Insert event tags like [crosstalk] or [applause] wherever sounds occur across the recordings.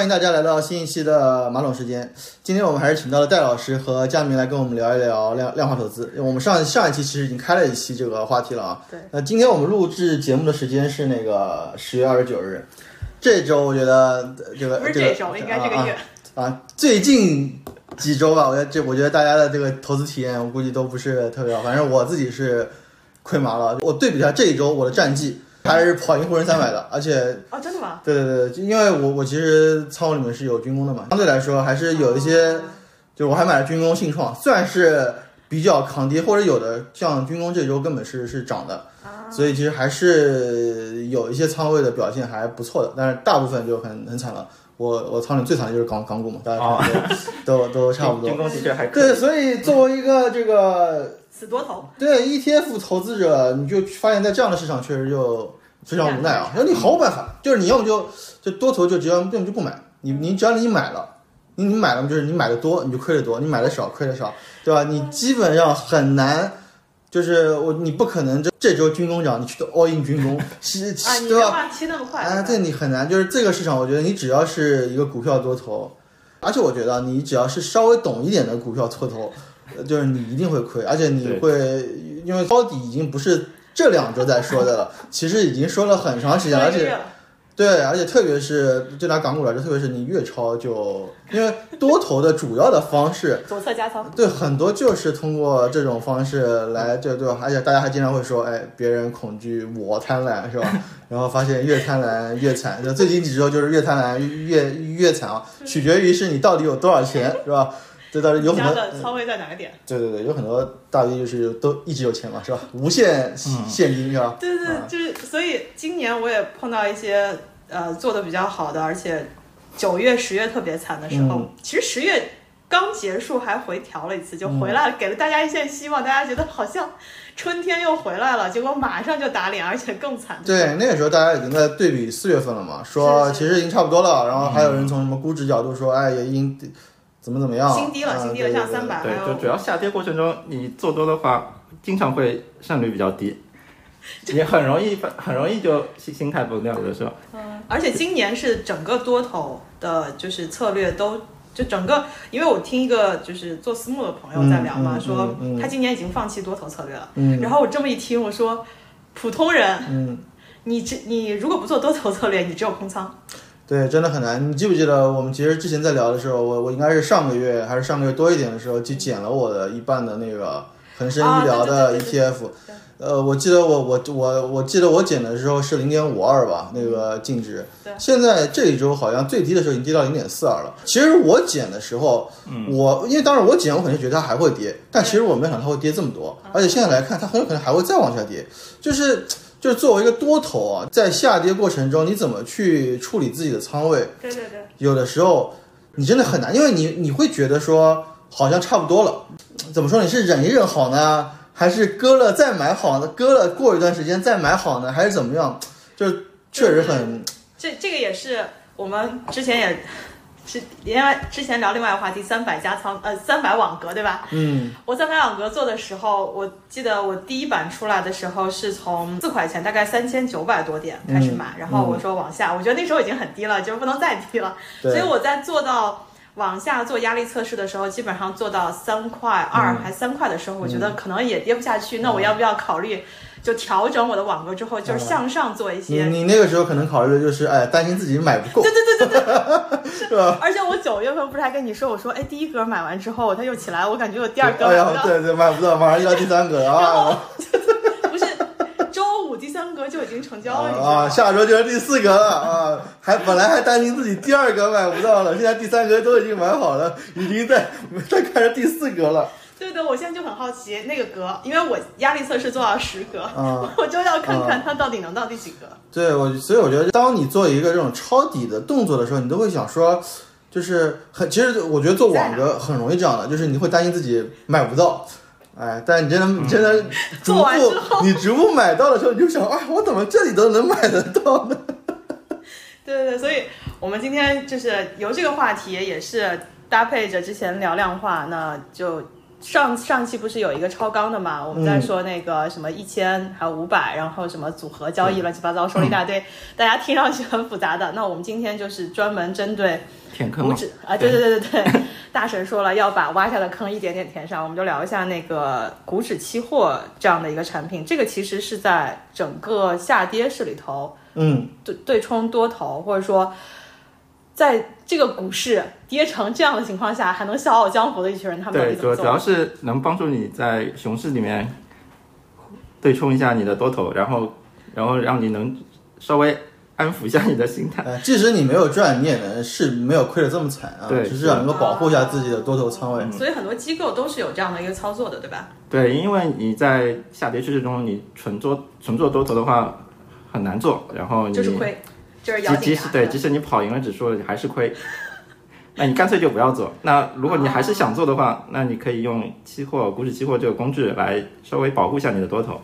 欢迎大家来到新一期的马桶时间。今天我们还是请到了戴老师和佳明来跟我们聊一聊量量化投资。因为我们上上一期其实已经开了一期这个话题了啊。对。那今天我们录制节目的时间是那个十月二十九日，这周我觉得呃这个不是这个这周，应该这个月。啊啊啊最近几周吧，我觉得这我觉得大家的这个投资体验，我估计都不是特别好。反正我自己是亏麻了。我对比一下这一周我的战绩，还是跑赢沪深三百的，而且哦，真的吗？对对对，因为我我其实仓库里面是有军工的嘛，相对来说还是有一些，就是我还买了军工信创，算是比较抗跌，或者有的像军工这周根本是是涨的，啊所以其实还是有一些仓位的表现还不错的，但是大部分就很很惨了。我我仓里最惨的就是港港股嘛，大家哦看都、都都差不军多。工的确还可以。对，所以作为一个这个死多头，对 ETF 投资者，你就发现在这样的市场确实就非常无奈啊，那你毫无办嗯法，就是你要么就就多头就只要要么就不买，你你只要你买了。你你买了就是你买的多你就亏的多，你买的少亏的少，对吧？你基本上很难，就是我你不可能这这周军工涨，你去 all in 军工， [laughs] 是啊，你对吧这？话切那么快？哎，对你很难，就是这个市场，我觉得你只要是一个股票多头，而且我觉得啊你只要是稍微懂一点的股票错头，呃就是你一定会亏，而且你对会因为抄底已经不是这两周在说的了，其实已经说了很长时间，而一个月且了对，而且特别是就拿港股来说，特别是你越抄就因为多头的主要的方式左侧加仓，对，很多就是通过这种方式来，对对吧？而且大家还经常会说，哎，别人恐惧，我贪婪，是吧？ [laughs] 然后发现越贪婪越惨，就最近几周就是越贪婪越越越惨啊，取决于是你到底有多少钱，是吧？这到底有你很家多，的仓位在哪个点？对对对，有很多大 V 就是都一直有钱嘛，是吧？无限现金，是吧？对对啊对，就是所以今年我也碰到一些呃做的比较好的，而且九月、十月特别惨的时候，嗯其实十月刚结束还回调了一次，就回来了，给了大家一线希望，大家觉得好像春天又回来了，结果马上就打脸，而且更惨。对，那个时候大家已经在对比四月份了嘛，说是是其实已经差不多了，然后还有人从什么估值角度说，哎，也已经怎么怎么样，新低了啊新低对了对像对300对，就主要下跌过程中，你做多的话，经常会胜率比较低，也很容易很容易就心心态崩掉，有的时候。嗯，而且今年是整个多头的，就是策略都就整个，因为我听一个就是做私募的朋友在聊嘛，嗯嗯说嗯嗯他今年已经放弃多头策略了。嗯然后我这么一听，我说普通人，嗯。你这你如果不做多头策略，你只有空仓。对，真的很难。你记不记得我们其实之前在聊的时候，我我应该是上个月还是上个月多一点的时候，就减了我的一半的那个恒生医疗啊的对对对 ETF。对呃，我记得我我我我记得我减的时候是零点五二吧，那个净值。对现在这一周好像最低的时候已经跌到零点四二了。其实我减的时候，嗯我因为当时我减，我肯定觉得它还会跌，但其实我没有想到它会跌这么多，嗯而且现在来看，它很有可能还会再往下跌。就是就是作为一个多头啊，在下跌过程中，你怎么去处理自己的仓位？对对对，有的时候你真的很难，因为你你会觉得说好像差不多了，怎么说？你是忍一忍好呢，还是割了再买好呢？割了过一段时间再买好呢，还是怎么样？就是确实很这这个也是我们之前也是因为之前聊另外一个话题，三百加仓，呃，三百网格对吧？嗯我在买网格做的时候，我记得我第一版出来的时候是从四块钱，大概三千九百多点开始买，嗯然后我说往下，我觉得那时候已经很低了，就是不能再低了。对所以我在做到往下做压力测试的时候，基本上做到三块嗯二还三块的时候，我觉得可能也跌不下去，那我要不要考虑就调整我的网格之后，就是向上做一你些？你那个时候可能考虑的就是，哎，担心自己买不 [laughs] 够，对对对对对是吧？而且我九月份不是还跟你说，我说哎，第一格买完之后它又起来，我感觉我第二格哎买不呀，到。对对，买不到，马上就要第三个了 [laughs] 啊不是周五第三格就已经成交了，你知道吗？啊！下周就是第四个了啊！还本来还担心自己第二个买不到了，现在第三个都已经买好了，已经在在看着第四个了。对的，我现在就很好奇那个格，因为我压力测试做到十格，啊我就要看看它到底能到第几格。对我，所以我觉得，当你做一个这种抄底的动作的时候，你都会想说，就是很，其实我觉得做网格很容易这样的，就是你会担心自己买不到，哎，但你真的你真的逐做完之步，你逐步买到的时候，你就想，哎，我怎么这里都能买得到呢？对对对，所以我们今天就是由这个话题也是搭配着之前聊量化，那就上上期不是有一个超纲的嘛？我们在说那个什么一千，还有五百，然后什么组合交易，乱七八糟说了一大堆，大家听上去很复杂的。那我们今天就是专门针对填坑股 [laughs] 嘛，指啊，对对对对对，大神说了要把挖下的坑一点点填上，我们就聊一下那个股指期货这样的一个产品。这个其实是在整个下跌市里头，嗯，对对冲多头，或者说在这个股市跌成这样的情况下，还能笑傲江湖的一群人，他们到对，底怎主么主要做？是能帮助你在熊市里面对冲一下你的多头，然后然后让你能稍微安抚一下你的心态。 [laughs] 呃，即使你没有赚，你也能是没有亏的这么惨啊，对只是要能够保护一下自己的多头仓位。所以很多机构都是有这样的一个操作的，对吧？对，因为你在下跌趋势中，你纯做纯做多头的话很难做，然后哦你就是亏，就是咬即紧即牙使根。对，即使你跑赢了指数，你还是亏。那你干脆就不要做。那如果你还是想做的话，那你可以用期货、股指期货这个工具来稍微保护一下你的多头。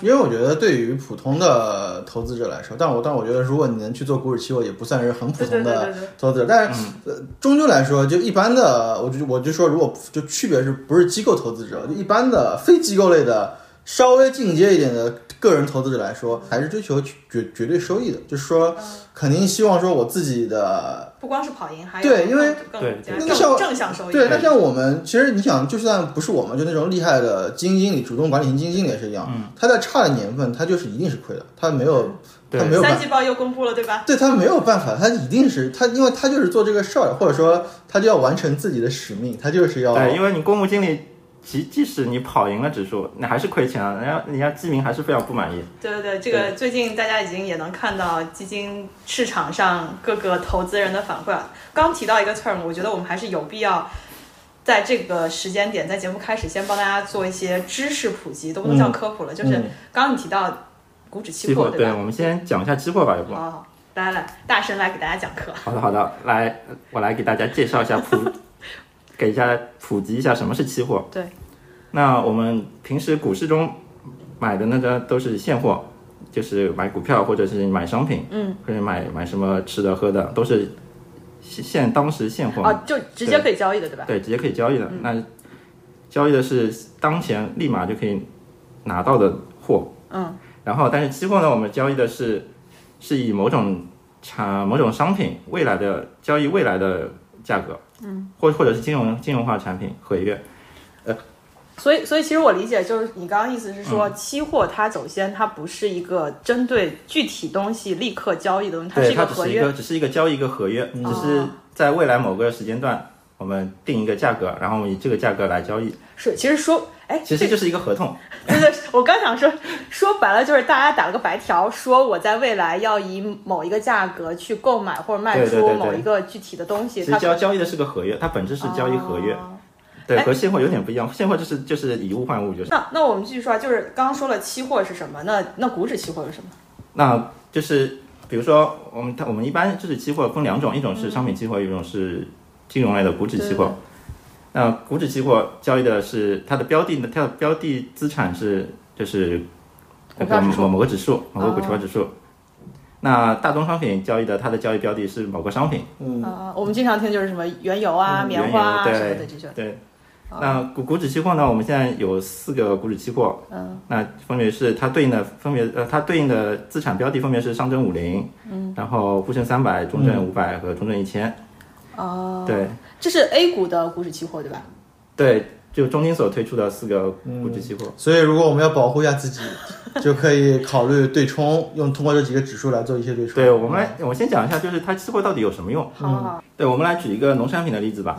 因为我觉得对于普通的投资者来说，但我但我觉得如果你能去做股指期货，也不算是很普对对通对的对嗯对，投资者。但是、呃，终究来说，就一般的，我就我就说，如果就区别是不是机构投资者，就一般的非机构类的稍微进阶一点的个人投资者来说，还是追求绝绝对收益的，就是说肯定希望说我自己的不光是跑赢，还有对因为更对加那更个像正向收益。对，那像我们，其实你想，就算不是我们，就那种厉害的基金经理、主动管理型基金经理也是一样，嗯他在差的年份，他就是一定是亏的，他没有，对他没有办三法，季报又公布了，对吧？对他没有办法，他一定是他，因为他就是做这个事儿，或者说他就要完成自己的使命，他就是要对，因为你公募经理，即即使你跑赢了指数，你还是亏钱啊，人家人家基民还是非常不满意。对对对，这个最近大家已经也能看到基金市场上各个投资人的反馈了。刚提到一个 term，我觉得我们还是有必要在这个时间点，在节目开始先帮大家做一些知识普及，都不能叫科普了，就是嗯刚刚你提到股指期期货货，对吧？我们先讲一下期货吧，要不？好好好，来来，大神来给大家讲课。好的，好的，来，我来给大家介绍一下 [laughs] 普，给大家普及一下什么是期货。对，那我们平时股市中买的那个都是现货，就是买股票或者是买商品，嗯，或者买买什么吃的喝的，都是现现当时现货嘛。哦，嗯就直接可以交易的，对吧？对，直接可以交易的。那交易的是当前立马就可以拿到的货。嗯。然后，但是期货呢，我们交易的是是以某种产某种商品未来的交易未来的价格，嗯，或或者是金融金融化产品合约，所以，所以其实我理解就是你刚刚意思是说，期货它首先它不是一个针对具体东西立刻交易的东西，它是对，一它个只合是一约。哦个只是一个交易一个合约，只是在未来某个时间段。我们定一个价格，然后我们以这个价格来交易，是，其实说，哎，其实就是一个合同。对对，我刚想说，说白了就是大家打了个白条，说我在未来要以某一个价格去购买或者卖对对对出对某一个具体的东西，其实它交交易的是个合约，它本质是交易合约，哦对，哎和现货有点不一样。现货就是就是以物换物，就是。那那我们继续说啊，就是刚刚说了期货是什么，那那股指期货是什么？那就是比如说我们它我们一般就是期货分两种，一种嗯是商品期货，一种是金融类的股指期货。那股指期货交易的是它的标的呢，它的标的资产是就是那股票个指数某某个指数，某个股哦票指数。那大宗商品交易的，它的交易标的是某个商品。嗯，呃，我们经常听就是什么原油啊、嗯棉花啊原油什么的对哦这种。对，那股股指期货呢？我们现在有四个股指期货，嗯，那分别是它对应的分别呃，它对应的资产标的分别是上证五零，嗯，然后沪深三百、中证五百和中证一千，哦，对这是 A 股的股指期货对嗯吧？对，就中金所推出的四个股指期货。所以如果我们要保护一下自己，就可以考虑对冲，用通过这几个指数来做一些对冲。对我们来，我先讲一下，就是它期货到底有什么用？好好好，对，我们来举一个农产品的例子吧。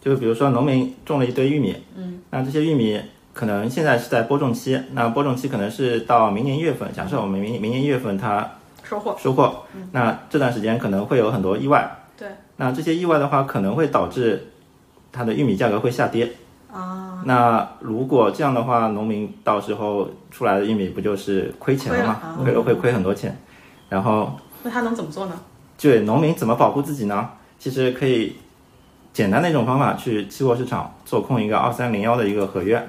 就比如说农民种了一堆玉米，嗯，那这些玉米可能现在是在播种期，那播种期可能是到明年一月份。假设我们明明年一月份它收获。收获，那这段时间可能会有很多意外。对，那这些意外的话，可能会导致它的玉米价格会下跌。啊，那如果这样的话，农民到时候出来的玉米不就是亏钱了吗？亏啊亏了会亏很多钱，然后那他能怎么做呢？对农民怎么保护自己呢？其实可以简单的一种方法去期货市场做空一个二三零幺的一个合约。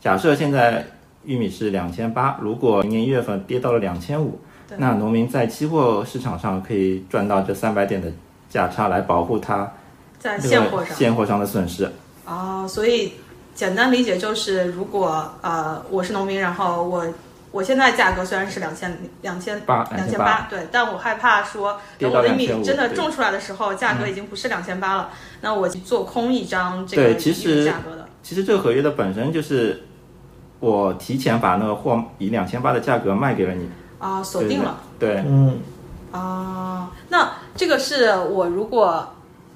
假设现在玉米是两千八，如果明年一月份跌到了两千五，那农民在期货市场上可以赚到这三百点的价差来保护他在这现个货上。现货上的损失。哦，所以简单理解就是，如果呃我是农民，然后我我现在价格虽然是两千两千八两千千，八，对，但我害怕说，跌等到我的米2500真的对种出来的时候，价格已经不是两千八了，那我做空一张这对个其实一个价格的，其实这个合约的本身就是我提前把那个货以两千八的价格卖给了你，啊、锁定了对，嗯，啊、那这个是我如果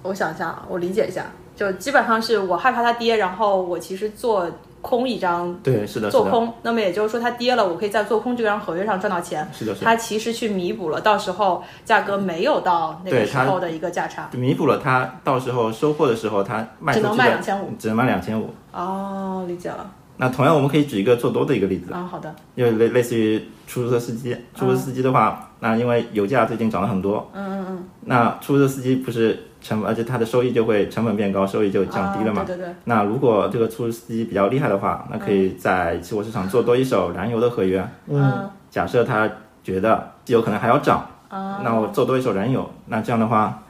我想一下啊，我理解一下，就基本上是我害怕它跌，然后我其实做空一张对对，是的，是做的，空，那么也就是说它跌了，我可以在做空这张合约上赚到钱。是的，是的，它其实去弥补了，到时候价格没有到那对个时它候的一个价差。弥补了他到时候收货的时候他卖出只能去的卖2500，只能卖两千五。哦，理解了。那同样，我们可以举一个做多的一个例子，啊，好的，因为类类似于出租车司机，出租车司机的话，那因为油价最近涨了很多，嗯嗯嗯嗯，那出租车司机不是成本，而且他的收益就会成本变高，收益就降低了嘛。啊、对对对，那如果这个出租车司机比较厉害的话，那可以在期货市场做多一手燃油的合约，啊嗯，假设他觉得有可能还要涨，哦那我做多一手燃油，那这样的话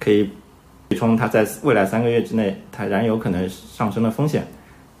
可以补充它在未来三个月之内它燃油可能上升的风险，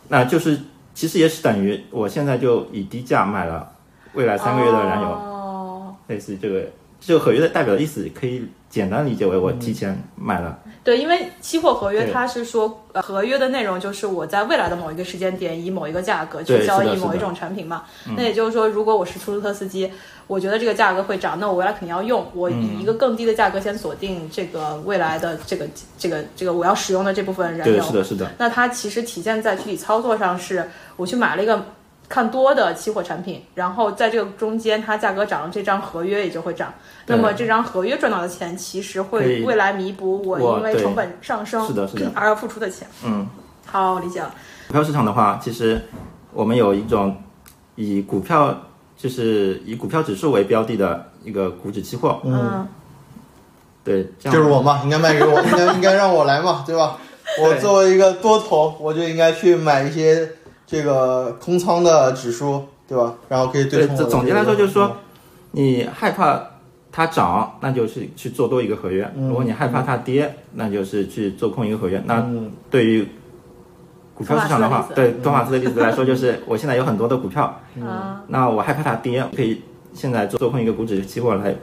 那就是其实也是等于我现在就以低价买了未来三个月的燃油，哦，类似于这个这个合约的代表的意思，可以简单理解为我提前买了，对，因为期货合约对它是说，呃合约的内容就是我在未来的某一个时间点以某一个价格对去交是的嗯易是某一的种产品嘛。那也就是说，如果我是出租车司机，我觉得这个价格会涨，那我未来肯定要用，我以一个更低的价格先锁定这个未来的这个这个这个我要使用的这部分燃对，油。是的，是的，那它其实体现在具体操作上是，我去买了一个看多的期货产品，然后在这个中间它价格涨了，这张合约也就会涨。对那么这张合约赚到的钱，其实可会以未来弥补我我因为对成本上升是的是的而要付出的钱。嗯。好，我理解了。股票市场的话，其实我们有一种以股票就是以股票指数为标的的一个股指期货，嗯，对，这就样是我嘛，应该卖给我，应该应该让我来嘛，对吧？我 [laughs] 对作为一个多头，我就应该去买一些这个空仓的指数，对吧？然后可以对冲我这的总结这来个说就是说，你害怕它涨，那就是去做多一个合约；如果你害怕它跌，那就是去做空一个合约。那嗯嗯对于股票市场的话，托马斯的对托马斯的例子嗯来说，就是 [laughs] 我现在有很多的股票，啊，那我害怕它跌，可以现在做做空一个股指期货来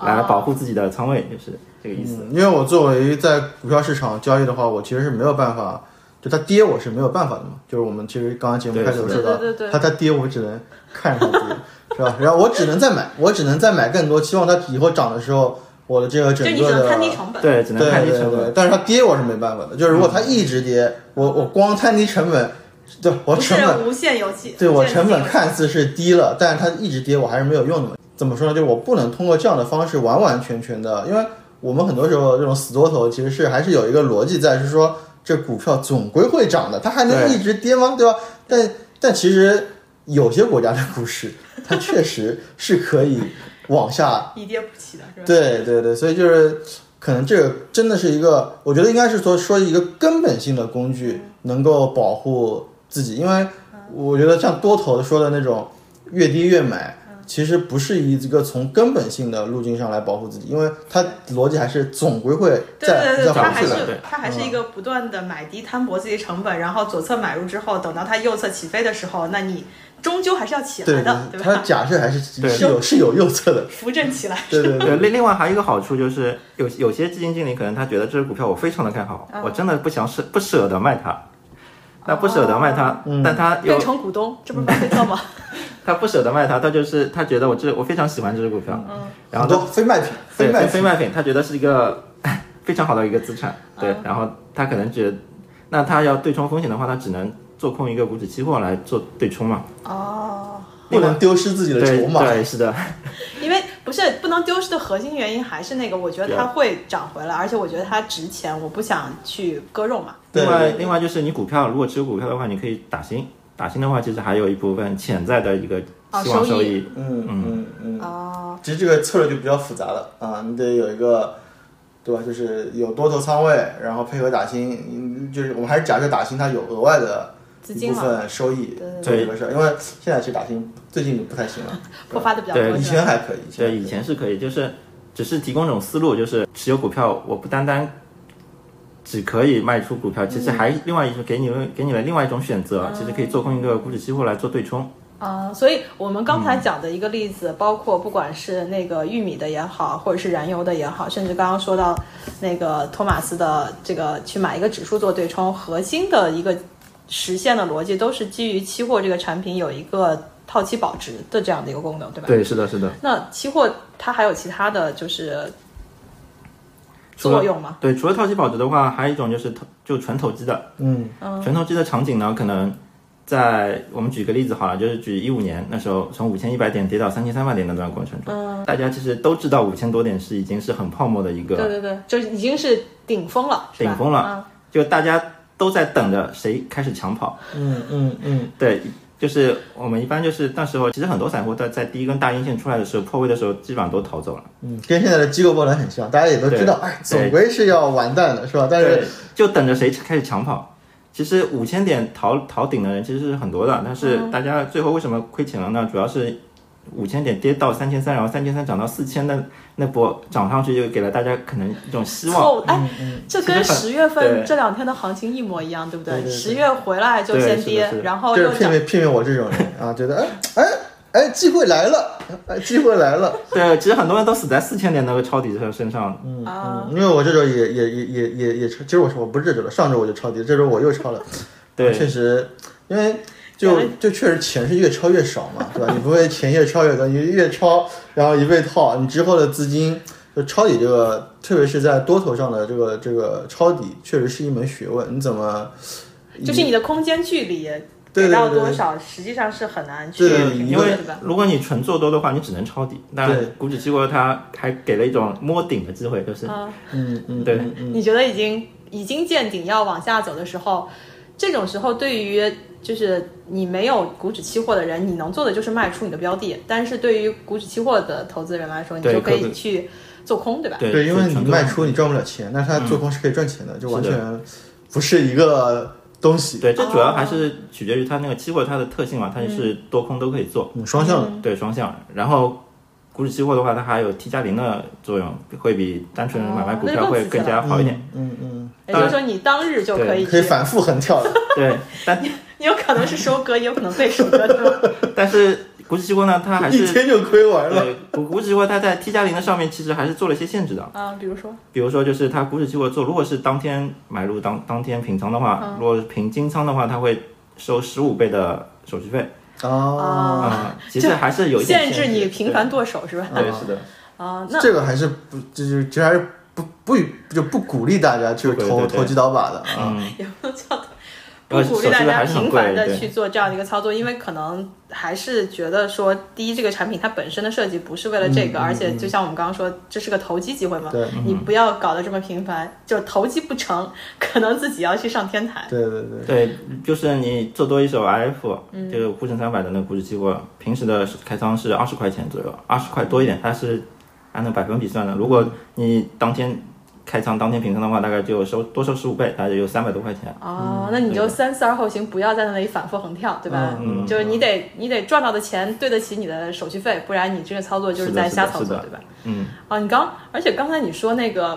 来保护自己的仓位，就是这个意思。嗯，因为我作为在股票市场交易的话，我其实是没有办法，就它跌我是没有办法的嘛。就是我们其实刚刚节目对开始有是说的到，对对对对它它跌我只能看着它跌，是吧？然后我只能再买，我只能再买更多，期望它以后涨的时候，我的这个嗯就整你个只能的摊低成本。对，只嗯能对看你对成对本。但是它跌我是没办法的，就是如果它一直跌，我我光摊低成本，对我不是成本无限游戏，对无我限成本游戏看似是低了，但是它一直跌，我还是没有用的嘛。怎么说呢？就是我不能通过这样的方式完完全全的，因为我们很多时候这种死多头其实是还是有一个逻辑在，是说这股票总归会涨的，它还能对一直跌吗？对吧？但但其实有些国家的股市，它确实是可以往下一跌不起的是吧？对对对，所以就是可能这个真的是一个，我觉得应该是说说一个根本性的工具，嗯能够保护自己，因为我觉得像多头说的那种越低越买。嗯其实不是一个从根本性的路径上来保护自己，因为它逻辑还是总归 [laughs] 会对再对对，再它回还去是的。它还是一个不断的买低摊薄自己成本，然后左侧买入之后，等到它右侧起飞的时候，那你终究还是要起来对的，对它吧？假设还是对是有是有右侧 [laughs] 的。 [laughs] 扶正起来，对对对对，另另外还有一个好处就是，有有些基金经理可能他觉得这只股票我非常的看好，我真的不想舍不舍得卖它，那不舍得卖它，但他又变成股东，这不是巴菲特 [laughs] 吗？他不舍得卖它，他就是他觉得我这我非常喜欢这只股票，然后很多非卖品，对非卖非品，卖品，他觉得是一个 [laughs] 非常好的一个资产，对，然后他可能觉得，那他要对冲风险的话，他只能做空一个股指期货来做对冲嘛，哦，不能丢失自己的对筹码。对是的，因为不是不能丢失的核心原因还是那个，我觉得它会涨回来，而且我觉得它值钱，我不想去割肉嘛。对另对外，对另外就是你股票，如果持有股票的话，你可以打新。打新的话，其实还有一部分潜在的一个啊希望收益益。嗯嗯嗯。哦，其实这个策略就比较复杂了啊，你得有一个，对吧？就是有多头仓位，然后配合打新，嗯就是我们还是假设打新它有额外的资一金部嘛，分收益对做这个事儿，因为现在其实打新最近不太行了，破发的比较对多以是吧。前还可以，以前还可对，以前是可以，就是只是提供一种思路，就是持有股票，我不单单只可以卖出股票，其实还另外一种给你们给你了另外一种选嗯择，其实可以做空一个股指期货来做对冲。啊、所以我们刚才嗯讲的一个例子，包括不管是那个玉米的也好，或者是燃油的也好，甚至刚刚说到那个托马斯的这个去买一个指数做对冲，核心的一个实现的逻辑都是基于期货这个产品有一个套期保值的这样的一个功能，对吧？对，是的，是的。那期货它还有其他的就是除了作用吗？对，除了套期保值的话，还有一种就是投就纯投机的，嗯纯投机的场景呢，可能在我们举个例子好了，就是举一五年那时候从五千一百点跌到三千三百点那段过程中，大家其实都知道五千多点是已经是很泡沫的一嗯对嗯个对对，就已经是顶峰了，是吧顶峰了，就大家都在等着谁开始抢跑。嗯嗯嗯，对，就是我们一般就是那时候，其实很多散户在在第一根大阴线出来的时候破位的时候，基本上都逃走了。嗯，跟现在的机构波澜很像，大家也都知道，哎，总归是要完蛋的，是吧？但对是，就等着谁开始抢跑。其实五千点逃逃顶的人其实是很多的，但是嗯大家最后为什么亏钱了呢？主要是五千点跌到三千三，然后三千三涨到四千，那那波涨上去就给了大家可能一种希望。凑哎，嗯这跟其实很十月份对这两天的行情一模一样，对不对对对十月回来就对先是的跌是，的然后这又是骗涨，骗骗骗我这种人啊，觉得哎哎哎，机会来了，哎，机会来了。对，其实很多人都死在四千点那个抄底者身上。啊嗯，因为我这周也也也也也也，其实我说我不是这周了，上周我就抄底，这周我又抄了。对，确实，因为就就确实钱是越抄越少嘛，对吧？你不会钱越抄越多，你越抄，然后一被套，你之后的资金就抄底这个，特别是在多头上的这个这个抄底，确实是一门学问。你怎么就是你的空间距离对给到对对多少，实际上是很难去对对评因论为的，对吧？如果你纯做多的话，你只能抄底。对但股指期货它还给了一种摸顶的机会，就是啊，嗯嗯对嗯嗯你觉得已经已经见顶要往下走的时候，这种时候对于就是你没有股指期货的人，你能做的就是卖出你的标的，但是对于股指期货的投资人来说，你对就可可以以去做空，对吧？对对，因为你纯做卖多出你赚不了钱，但是它做空是可以赚钱的，就是完嗯的全不是一个东西，对，这主哦要还是取决于它那个期货它的特性嘛，它就是多空都可以做，嗯，双向的。对双向。然后股指期货的话，它还有 T 加零的作用，会比单纯买卖哦股票会更加好 [laughs] 一点。嗯嗯，也就是说，你当日就可以嗯可以去，反复横跳的。对，但你有可能是收割，也有可能被收割，对 [laughs] 吧？但是股指期货呢，它还一是天就亏完了。对股股指期货它在 T 加零的上面其实还是做了一些限制的。啊，比如说，比如说，就是它股指期货做，如果是当天买入当当天平仓的嗯话，如果是平金仓的话，它会收十五倍的手续费哦，啊、其实还是有一限点制你频繁剁手是吧？对，对嗯是的。啊，那这个还是不，就是其实还是不不就不鼓励大家去不鼓励投对对投机倒把的啊。也不能叫不呃鼓励大手机家还是很频繁贵的对去做这样的一个操作，因为可能还是觉得说，第一，这个产品它本身的设计不是为了这个，嗯嗯而且就像我们刚刚说，这是个投机机会嘛，对你嗯不要搞得这么频繁，就投机不成，可能自己要去上天台。哦对对对，对，就是你做多一手 IF，、就是嗯沪深三百的那个股指期货，平时的开仓是二十块钱左右，二十块多一点，它是按照百分比算的。如果你当天开仓、当天平仓的话，大概就收多收十五倍，大概就三百多块钱。哦，那你就三思而后行，不要在那里反复横跳，对吧？嗯嗯就是你得你得赚到的钱对得起你的手续费，不然你这个操作就是是的在是瞎的操是作，的对吧？嗯，啊，你刚，而且刚才你说那个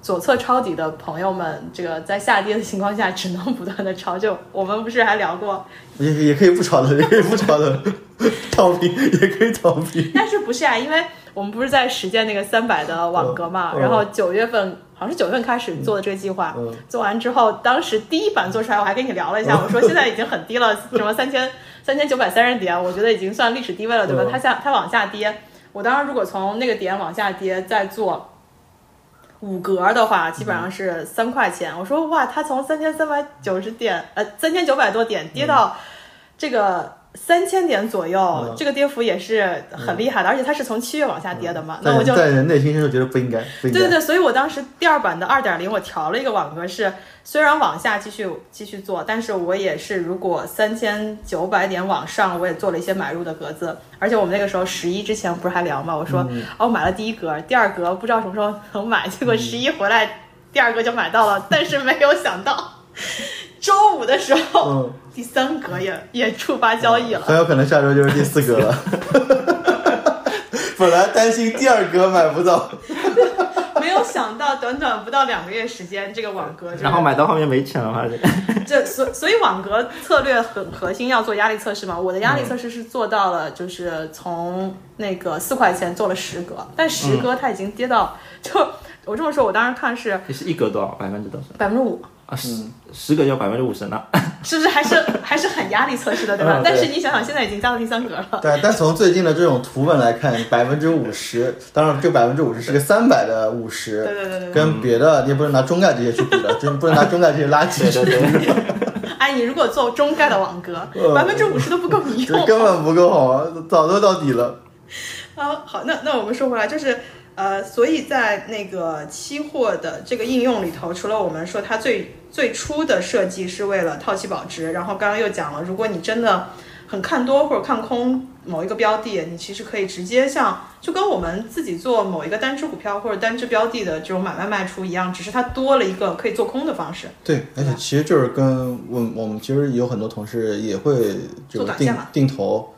左侧抄底的朋友们，这个在下跌的情况下只能不断的抄，就我们不是还聊过，也也可以不炒的，也可以不炒的，躺平 [laughs] 也可以躺平。但是不是啊？因为我们不是在实践那个三百的网格嘛，嗯嗯然后九月份好像是九月份开始做的这个计划，嗯做完之后，当时第一版做出来，我还跟你聊了一下，我说现在已经很低了，什么三千三千九百三十点，我觉得已经算历史低位了，对吧？嗯它下它往下跌，我当时如果从那个点往下跌再做。五格的话，基本上是三块钱。我说哇，它从三千三百九十点，呃，三千九百多点跌到这个三千点左右，嗯这个跌幅也是很厉害的，而且它是从七月往下跌的嘛，那我但就但人内心深处觉得不应该，不应对对该。对，所以我当时第二版的二点零，我调了一个网格是，虽然往下继续继续做，但是我也是如果三千九百点往上，我也做了一些买入的格子，而且我们那个时候十一之前不是还聊嘛，我说、嗯哦买了第一格，第二格不知道什么时候能买，结果十一回来第二格就买到了，但是没有想到 [laughs] 周五的时候、嗯第三格也也触发交易了。很有可能下周就是第四格了。 [laughs] 本来担心第二格买不到，嗯没有想到短短不到两个月时间，这个网格、就是，然后买到后面没钱了嘛？ [laughs] 这所所以网格策略很核心，要做压力测试嘛。我的压嗯力测试是做到了，就是从那个四块钱做了十格，但嗯十格它已经跌到，就我这么说，我当时看是你是一格多少？百分之多少？百分之五。啊，十嗯十个就百分之五十啊呢，是不是还是还是很压力测试的，对吧？嗯对但是你想想，现在已经加到第三格了。对，但从最近的这种图文来看，百分之五十，当然这百分之五十是个三百的五对十，对对对对。跟别的你也不能拿中概这些去比了，真不能拿中概这些垃圾对去对对，哎，你如果做中概的网格嗯，百分之五十都不够 [laughs] 你比，这用。根本不够好，早都到底了。啊，好，那那我们说回来，就是呃，所以在那个期货的这个应用里头，除了我们说它最最初的设计是为了套期保值，然后刚刚又讲了，如果你真的很看多或者看空某一个标的，你其实可以直接像就跟我们自己做某一个单只股票或者单只标的的这种买卖卖出一样，只是它多了一个可以做空的方式。对，而且其实就是跟我我们其实有很多同事也会就做是短定线嘛啊定投，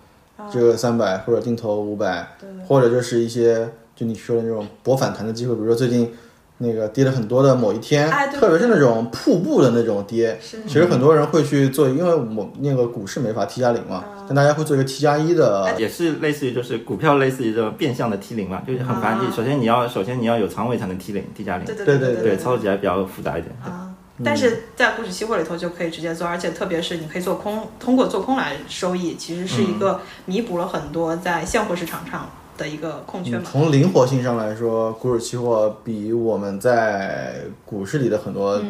这个三百或者定投五百，或者就是一些就你说的那种博反弹的机会，比如说最近那个跌了很多的某一天，哎对特别是那种瀑布的那种跌，是其实很多人会去做，因为我那个股市没法 T 加零嘛，啊但大家会做一个 T 加一哎的，也是类似于就是股票类似于这种变相的 T 零嘛，就是很繁啊体。首先你要首先你要有仓位才能 T 零 T 加零，对对对对对，操作起来比较复杂一点。啊，但是在股指期货里头就可以直接做，而且特别是你可以做空，通过做空来收益，其实是一嗯个弥补了很多在现货市场上的一个空缺嗯嘛。从灵活性上来说，股指期货比我们在股市里的很多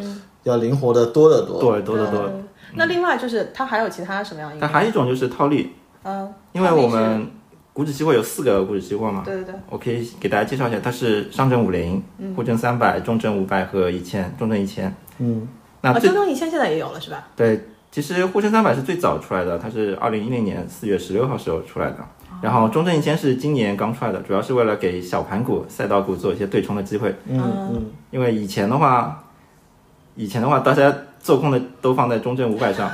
要灵活的多得多。对，多得多。嗯那另外就是它还有其他什么样的应但用？还有一种就是套利，嗯，因为套利我是们股指期货有四个股指期货嘛，对对对，我可以给大家介绍一下，它是上证五零、嗯沪证三百、中证五百和一千，中证一千。嗯，那啊，最、中证一千现在也有了是吧？对，其实沪深三百是最早出来的，它是二零一零年四月十六号时候出来的。哦然后中证一千是今年刚出来的，主要是为了给小盘股、赛道股做一些对冲的机会。嗯啊嗯，因为以前的话，以前的话大家做空的都放在中证五百 [laughs] 上，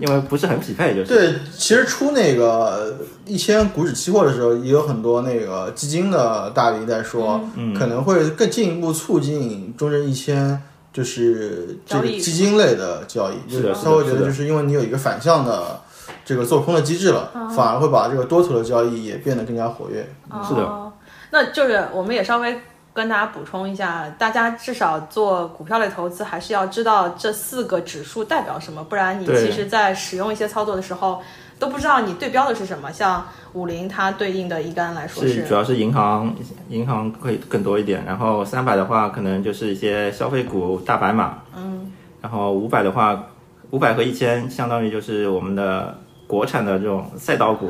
因为不是很匹配，就是对，其实出那个一千股指期货的时候，也有很多那个基金的大 V 在说，嗯嗯可能会更进一步促进中证一千就是这交个易基金类的交易，就是的是的他会觉是得的就是因为你有一个反向的这个做空的机制了，嗯反而会把这个多头的交易也变得更加活跃。是的哦。那就是我们也稍微跟大家补充一下，大家至少做股票类投资还是要知道这四个指数代表什么，不然你对其实在使用一些操作的时候都不知道你对标的是什么。像五零它对应的乙肝来说是主要是银行，银行会更多一点。然后三百的话，可能就是一些消费股、大白马。嗯。然后五百的话，五百和一千相当于就是我们的国产的这种赛道股。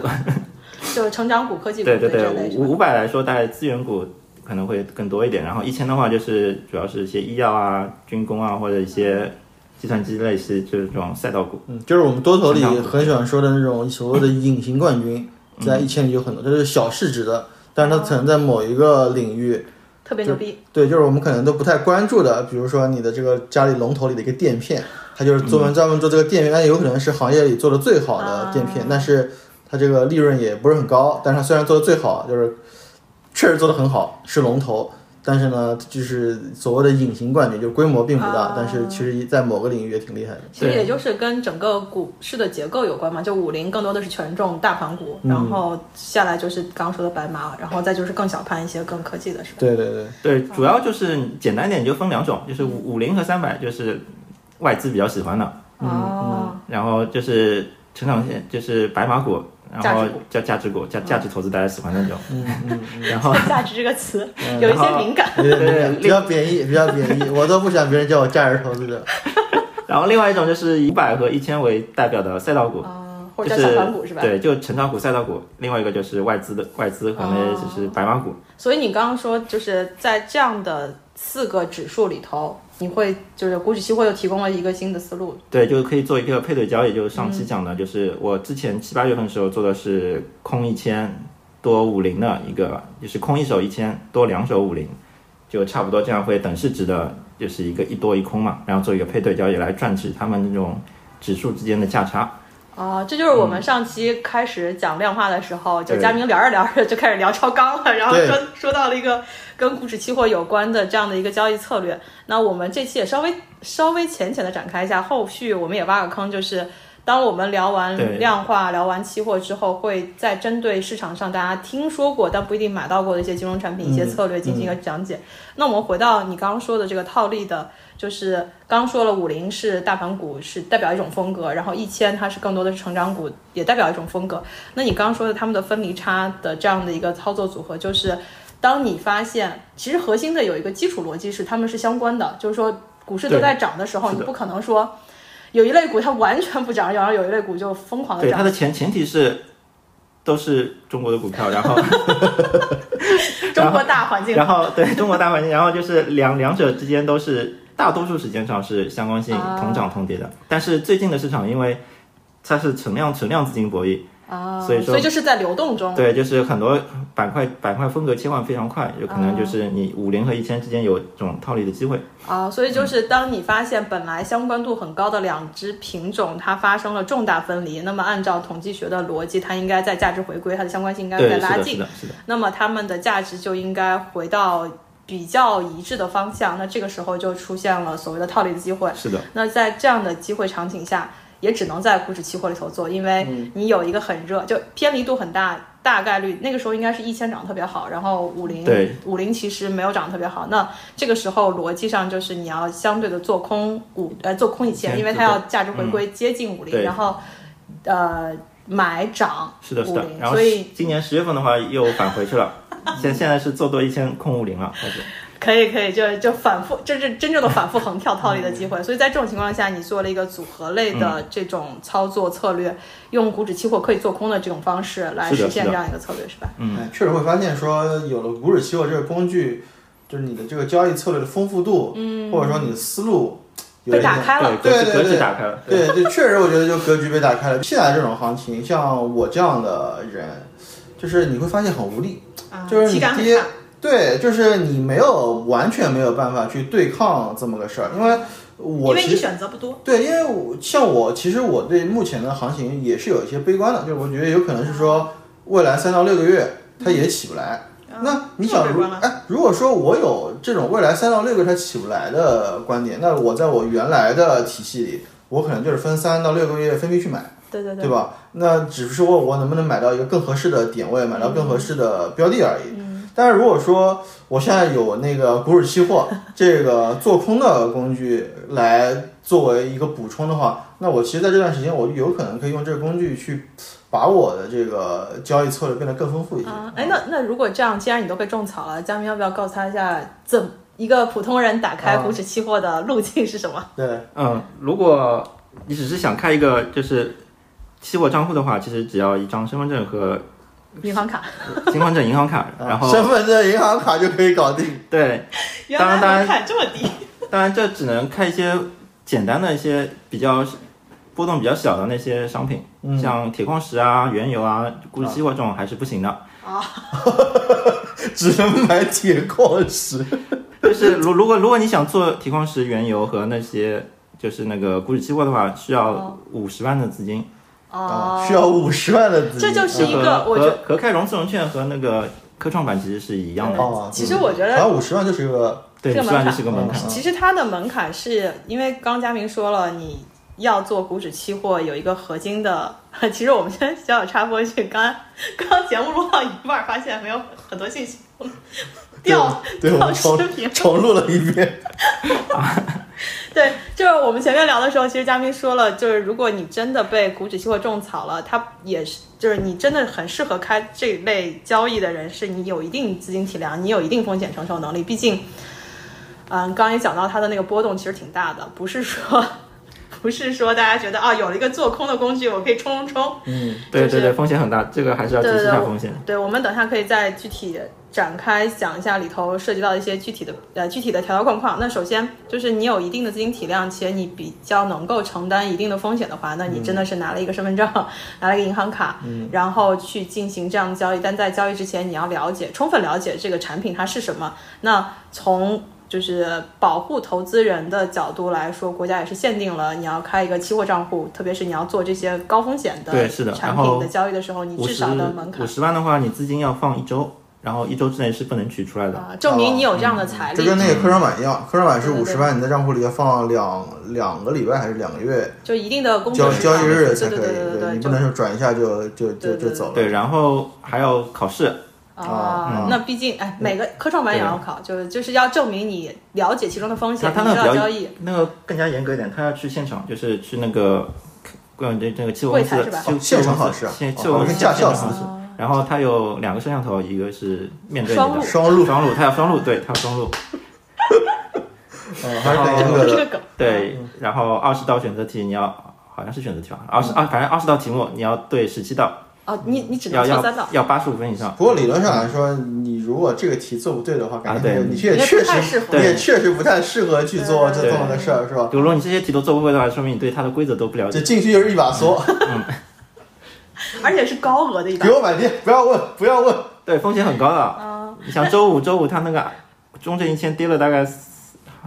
就是成长股、科技股对对这对，类是吧五五百来说，大概资源股可能会更多一点。然后一千的话，就是主要是一些医药啊、军工啊，或者一些计算机类似就是这种赛道股。嗯，就是我们多头里很喜欢说的那种所谓的隐形冠军，在一千里有很多，这是小市值的，但是它可能在某一个领域。特别牛逼。对，就是我们可能都不太关注的，比如说你的这个家里龙头里的一个垫片，它就是专门专门做这个垫片，它哎有可能是行业里做的最好的垫片，但是它这个利润也不是很高，但是它虽然做的最好，就是确实做的很好，是龙头。但是呢，就是所谓的隐形冠军，就规模并不大，啊但是其实在某个领域也挺厉害的。其实对也就是跟整个股市的结构有关嘛，就五零更多的是权重大盘股，然嗯后下来就是刚刚说的白马，然后再就是更小盘一些、更科技的是吧？对对对，对，主要就是简单一点，你就分两种，就是五五零和三百，就是外资比较喜欢的。嗯哦，然后就是成长线，就是白马股，然价后值股嗯叫价值股，价价值投资大家喜欢那种。 [laughs] 然后哦 [laughs] 价值这个词嗯嗯有一些敏感。对对对，比较贬义，比较贬义，我都不想别人叫我价值投资者。然后另外一种就是以五百和一千为代表的赛道股，啊，或就者叫是小盘股是吧？对，就成长股、赛道股。另外一个就是外资的外资和那哦就是白马股。所以你刚刚说，就是在这样的四个指数里头，你会就是股指期货又提供了一个新的思路。对，就是可以做一个配对交易，就是上期讲的，就是我之前七八月份的时候做的是空一千多五零的一个，就是空一手一千多两手五零，就差不多这样会等市值的，就是一个一多一空嘛，然后做一个配对交易来赚取他们那种指数之间的价差。啊，这就是我们上期开始讲量化的时候，就佳明聊着聊着 [laughs] 就开始聊超纲了，然后对说说到了一个跟股指期货有关的这样的一个交易策略。那我们这期也稍微稍微浅浅的展开一下，后续我们也挖个坑，就是当我们聊对完量化、聊完期货之后，会再针对市场上大家听说过但不一定买到过的一些金融产品、一些嗯策略进行一个讲解。那我们回到你刚刚说的这个套利的，就是刚说了五零是大盘股是代表一种风格，然后一千它是更多的是成长股，也代表一种风格。那你刚刚说的他们的分离差的这样的一个操作组合，就是当你发现其实核心的有一个基础逻辑是他们是相关的，就是说股市都对在涨的时候，是你的不可能说。有一类股它完全不涨，然后有一类股就疯狂的对，涨它，的前前提是都是中国的股票，然后中国大环境然后对中国大环境，然后就是两两者之间都是大多数时间上是相关性啊同涨同跌的，但是最近的市场因为它是存量存量资金博弈，啊，所以说就是在流动中，对，就是很多板块板块风格切换非常快，有可能哦就是你五零和一千之间有这种套利的机会。啊、所以就是当你发现本来相关度很高的两只品种它发生了重大分离，那么按照统计学的逻辑，它应该在价值回归，它的相关性应该对，在是拉的，近是。的，是的。那么它们的价值就应该回到比较一致的方向。那这个时候就出现了所谓的套利的机会。是的，那在这样的机会场景下，也只能在股指期货里头做，因为嗯你有一个很热，就偏离度很大，大概率那个时候应该是一千涨得特别好，然后五零对五零其实没有涨得特别好。那这个时候逻辑上就是你要相对的做空五呃做空一先千，因为做它要空价值回归接近五零、嗯对然后呃买涨是的，是五的。零，然后所以今年十月份的话又返回去了，现现在是做多一千空五零了，开始。可以可以，就就反复，这是真正的反复横跳套利的机嗯会。所以在这种情况下，你做了一个组合类的这种操作策略，用股指期货可以做空的这种方式来是的实现是的这样一个策略，是吧？嗯哎，确实会发现说，有了股指期货这个工具，就是你的这个交易策略的丰富度，嗯，或者说你的思路有被一点打开了，对格局对格局对打开了。对对，确实我觉得就格局被打开了。现在这种行情，像我这样的人，就是你会发现很无力，啊，就是体你感第很一差。，对，就是你没有完全没有办法去对抗这么个事儿，因为我因为其你实选择不多，对，因为我像我，其实我对目前的行情也是有一些悲观的，就是我觉得有可能是说未来三到六个月它也起不来。嗯那你这么想悲如观了哎，如果说我有这种未来三到六个它起不来的观点，那我在我原来的体系里，我可能就是分三到六个月分批去买。对对对，吧？那只是说我能不能买到一个更合适的点位，买到嗯更合适的标的而已。但是如果说我现在有那个股指期 [laughs] 货这个做空的工具来作为一个补充的话，那我其实在这段时间我有可能可以用这个工具去把我的这个交易策略变得更丰富一些。啊，哎，那那如果这样，既然你都被种草了，佳明要不要告诉他一下，怎一个普通人打开啊股指期货的路径是什么？对，啊嗯，如果你只是想开一个就是期货账户的话，其实只要一张身份 [laughs] 证和银行卡，身份证、银行卡，然啊后身份证、银行卡就可以搞定。对，原当来然当然门槛这么低，当然这只能开一些简单的一些比较波动比较小的那些商品，嗯像铁矿石啊、原油啊、股指期货这种还是不行的。只能买铁矿石。就是如如果如果你想做铁矿石、原油和那些就是那个股指期货的话，需要五十万的资金，哦，啊需要五十万的资金。这就是一和个我觉和和开融资融券和那个科创板其实是一样的。哦，其实我觉得好像五十万就是一个对，这五个十门槛万就是个门槛。嗯其实它的门槛是因为刚刚佳明说了，你要做股指期货有一个合金的。 [laughs] 其实我们先小小插播一句，刚刚节目录到一半儿，发现没有很多信息，我们掉 [laughs] 对，对我掉们重视频。重录了一遍。 [laughs] 对，就是我们前面聊的时候，其实嘉宾说了，就是如果你真的被股指期货种草了，它也是，就是你真的很适合开这类交易的人，是你有一定资金体量，你有一定风险承受能力。毕竟，嗯，刚刚也讲到它的那个波动其实挺大的，不是说。 [laughs] 不是说大家觉得啊、有了一个做空的工具，我可以冲冲冲。嗯，对就是对对，风险很大，这个还是要对及对时对看我风险。对我们等下可以再具体展开讲一下里头涉及到一些具体的呃具体的条条框框。那首先就是你有一定的资金体量，且你比较能够承担一定的风险的话，那你嗯真的是拿了一个身份证， [laughs] 拿了一个银行卡，然后去进行这样的交易。但在交易之前，你要了解充分了解这个产品它是什么。那从就是保护投资人的角度来说，国家也是限定了你要开一个期货账户，特别是你要做这些高风险对是的产然品后的交易的时候，你五至十少的门槛五十万的话，你资金要放一周，然后一周之内是不能取出来的。哦嗯啊、证明你有这样的财就力，跟那个科创板一样，科创板是对对五对十万，你在账户里要放两两个礼拜还是两个月，就一定的工交作时交易长日才对可对以，对对对你不对，就能说转一下就就对就对就走了。对，然后还要考试，啊啊，那毕竟哎，每个科创板也要考，就是就是要证明你了解其中的风他险，他你那知个道比交较易。那个更加严格一点，他要去现场，就是去那个，关于这个期货柜公司台是的吧哦期哦货现场考试啊期期哦货公跟司驾校现似场的考试。然后他有两个摄像头，一个是面对双你路的双路，双路，他要双路，对，他要双路，嗯，还是很严格我是个的。梗，对。嗯然后二十道选择题，你要好像是选择题吧，二十二啊反正二十道题目，你要对十七道，哦，你你只能要错要三道，要八十五分以上。不过理论上来说，你如果这个题做不对的话，感啊觉对你也也不确太实适合，你也确实不太适合去做做对这么个事儿，是吧？比如说你这些题都做不会的话，说明你对它的规则都不了这解。进去就是一把锁，而且是高额的一道给。我买跌，不要问，不要问。对，风险很高的。啊，你像周五，周五它那个中证一千跌了大概四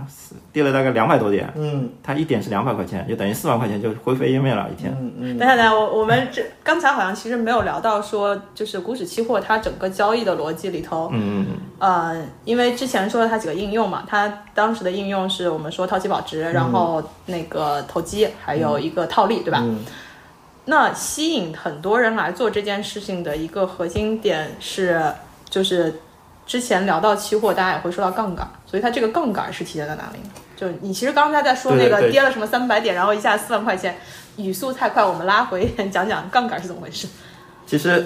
四跌了大概两百多点，嗯它一点是两百块钱，就等于四万块钱就灰飞烟灭了一天。嗯嗯等一下等一下，我我们这刚才好像其实没有聊到说，就是股指期货它整个交易的逻辑里头，嗯，呃，因为之前说了它几个应用嘛，它当时的应用是我们说套期保值，嗯然后那个投机，还有一个套利，对吧？嗯，那吸引很多人来做这件事情的一个核心点是，就是之前聊到期货，大家也会说到杠杆，所以它这个杠杆是体现在哪里呢？就你其实刚才在说那对对个对跌了什么三百点，然后一下四万块钱，语速太快，我们拉回 [laughs] 讲讲杠杆是怎么回事。其实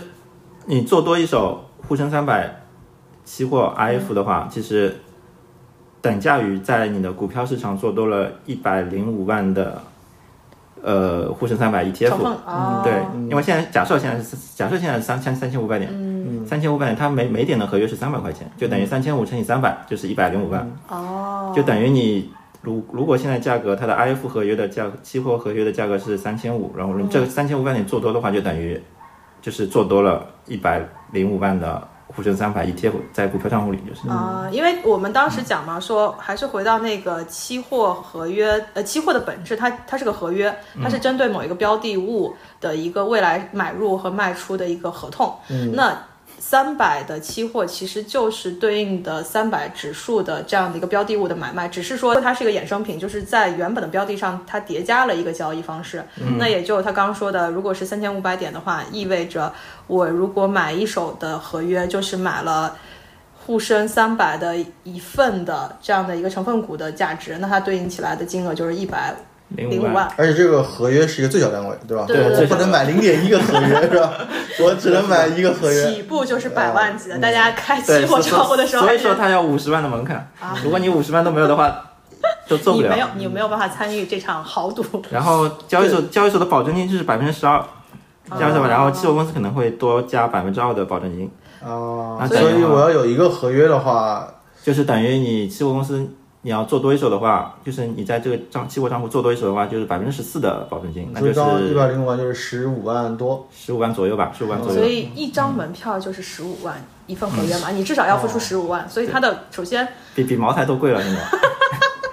你做多一手沪深三百期货 IF 的话，其实等价于在你的股票市场做多了一百零五万的呃沪深三百 ETF。成分啊，对，因为现在假设现在是假设现在是三千三千五百点，嗯，三千五百点，它每每点的合约是三百块钱，就等于嗯三千五乘以三百就是一百零五万，哦，就等于你如如果现在价格它的 IF 合约的价期货合约的价格是三千五，然后你这嗯三千五百点做多的话，就等于就是做多了一百零五万的沪深三百 ETF 在股票账户里就是。啊、因为我们当时讲嘛，说还是回到那个期货合约，呃，期货的本质它它是个合约，它是针对某一个标的物的一个未来买入和卖出的一个合同。嗯、那三百的期货其实就是对应的三百指数的这样的一个标的物的买卖，只是说它是一个衍生品，就是在原本的标的上它叠加了一个交易方式。那也就他刚刚说的，如果是三千五百点的话，意味着我如果买一手的合约，就是买了。沪深三百的一份的这样的一个成分股的价值，那它对应起来的金额就是一百零零五五万，万。而且这个合约是一个最小单位，对吧？啊对对我对不能买零点一个合约，是 [laughs] 吧？我只能买一个合约。起步就是百万级的，大家开期对，货所账户的时候嗯所还以是，啊说它要五十万的门槛，如果你五十万都没有的话，就做不你了没。有你没有办法参与这场豪赌。然后交易所交易所的保证金就是百分之十二，哦交易所吧，然后期货公司可能会多加百分之二的保证金，啊，那所等于以哈我要有一个合约的话，就是等于你期货公司你要做多一手的话，就是你在这个账期货账户做多一手的话，就是百分之十四的保证金，那就就刚一是百是零五万就是十五万多，十五万左右吧，十五万左哦所右。以一张门票就是十五万一份合约嘛，嗯你至少要付哦出十五万，所以它的首先比比茅台都贵 [laughs] 了现在，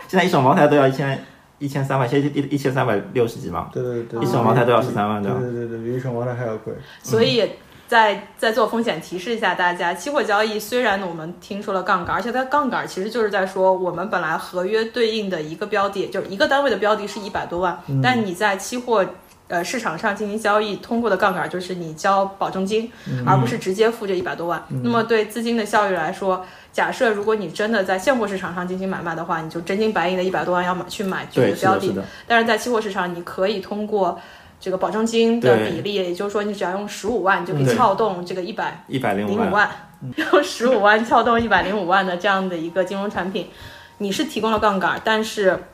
现在一手茅台都要一千一千三百，现在一一千三百六十几嘛，对对对，一手茅台都要13万对对吧对对对，比一手茅台还要贵。所以再再做风险提示一下大家，期货交易虽然我们听说了杠杆，而且它杠杆其实就是在说我们本来合约对应的一个标的，就是一个单位的标的是一百多万，嗯但你在期货。呃，市场上进行交易通过的杠杆就是你交保证金，嗯而不是直接付这一百多万。那么对资金的效率来说，假设如果你真的在现货市场上进行买卖的话，你就真金白银的一百多万要买去买具体对，的是标的，的是，的，但是在期货市场，你可以通过这个保证金的比例，也就是说，你只要用十五万，你就可以嗯对撬动这个一百一百零零五五万。嗯万， [laughs] 用十五万撬动一百零五万的这样的一个金融产品，你是提供了杠杆，但是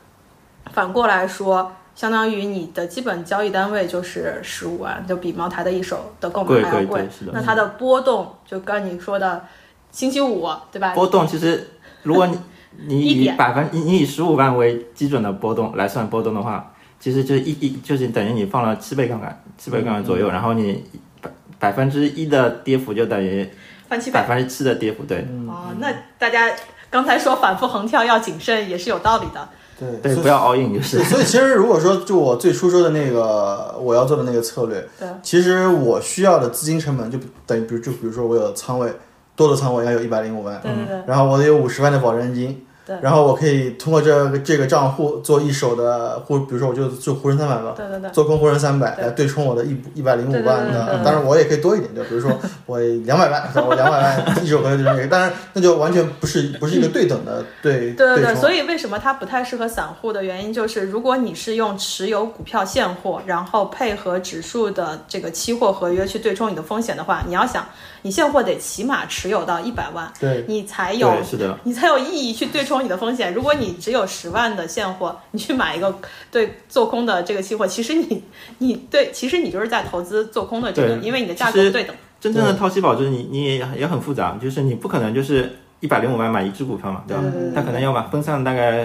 反过来说。相当于你的基本交易单位就是十五万，就比茅台的一手的购买贵还要贵贵对是。的那它的波动，就刚你说的星期五，对吧？波动其实，[laughs] 如果你你一以点百分你你以十五万为基准的波动来算波动的话，其实就是一一就是等于你放了七倍杠杆，七倍杠杆左嗯右，然后你百百分之一的跌幅就等于翻七倍嗯百分之七的跌幅，对，哦，那大家刚才说反复横跳要谨慎也是有道理的。对对，所以不要 all in 就是对，。所以其实如果说就我最初说的那个我要做的那个策略，对其实我需要的资金成本就等于，比如就比如说我有仓位多的仓位要有一百零五嗯万，对对对然后我得有五十万的保证金，对然后我可以通过这个这个账户做一手的沪，比如说我就做沪深三百吧，对对对做空沪深三百对来对冲我的一一百零五对对万对对的对，当然我也可以多一点，就比如说我两百 [laughs] 万，我两百万一手可以对冲一个，当然那就完全不是不是一个对等的对对对对，冲所。以为什么它不太适合散户的原因就是，如果你是用持有股票现货，然后配合指数的这个期货合约去对冲你的风险的话，你要想，你现货得起码持有到一百万，对你才有对，是的，你才有意义去对冲你的风险。如果你只有十万的现货，你去买一个对做空的这个期货，其实你你对，其实你就是在投资做空的这个，对因为你的价其格实不对等。真正的套期保证你你也也很复杂，就是你不可能就是一百零五万买一只股票嘛，对吧嗯对对对？它可能要买分散大概，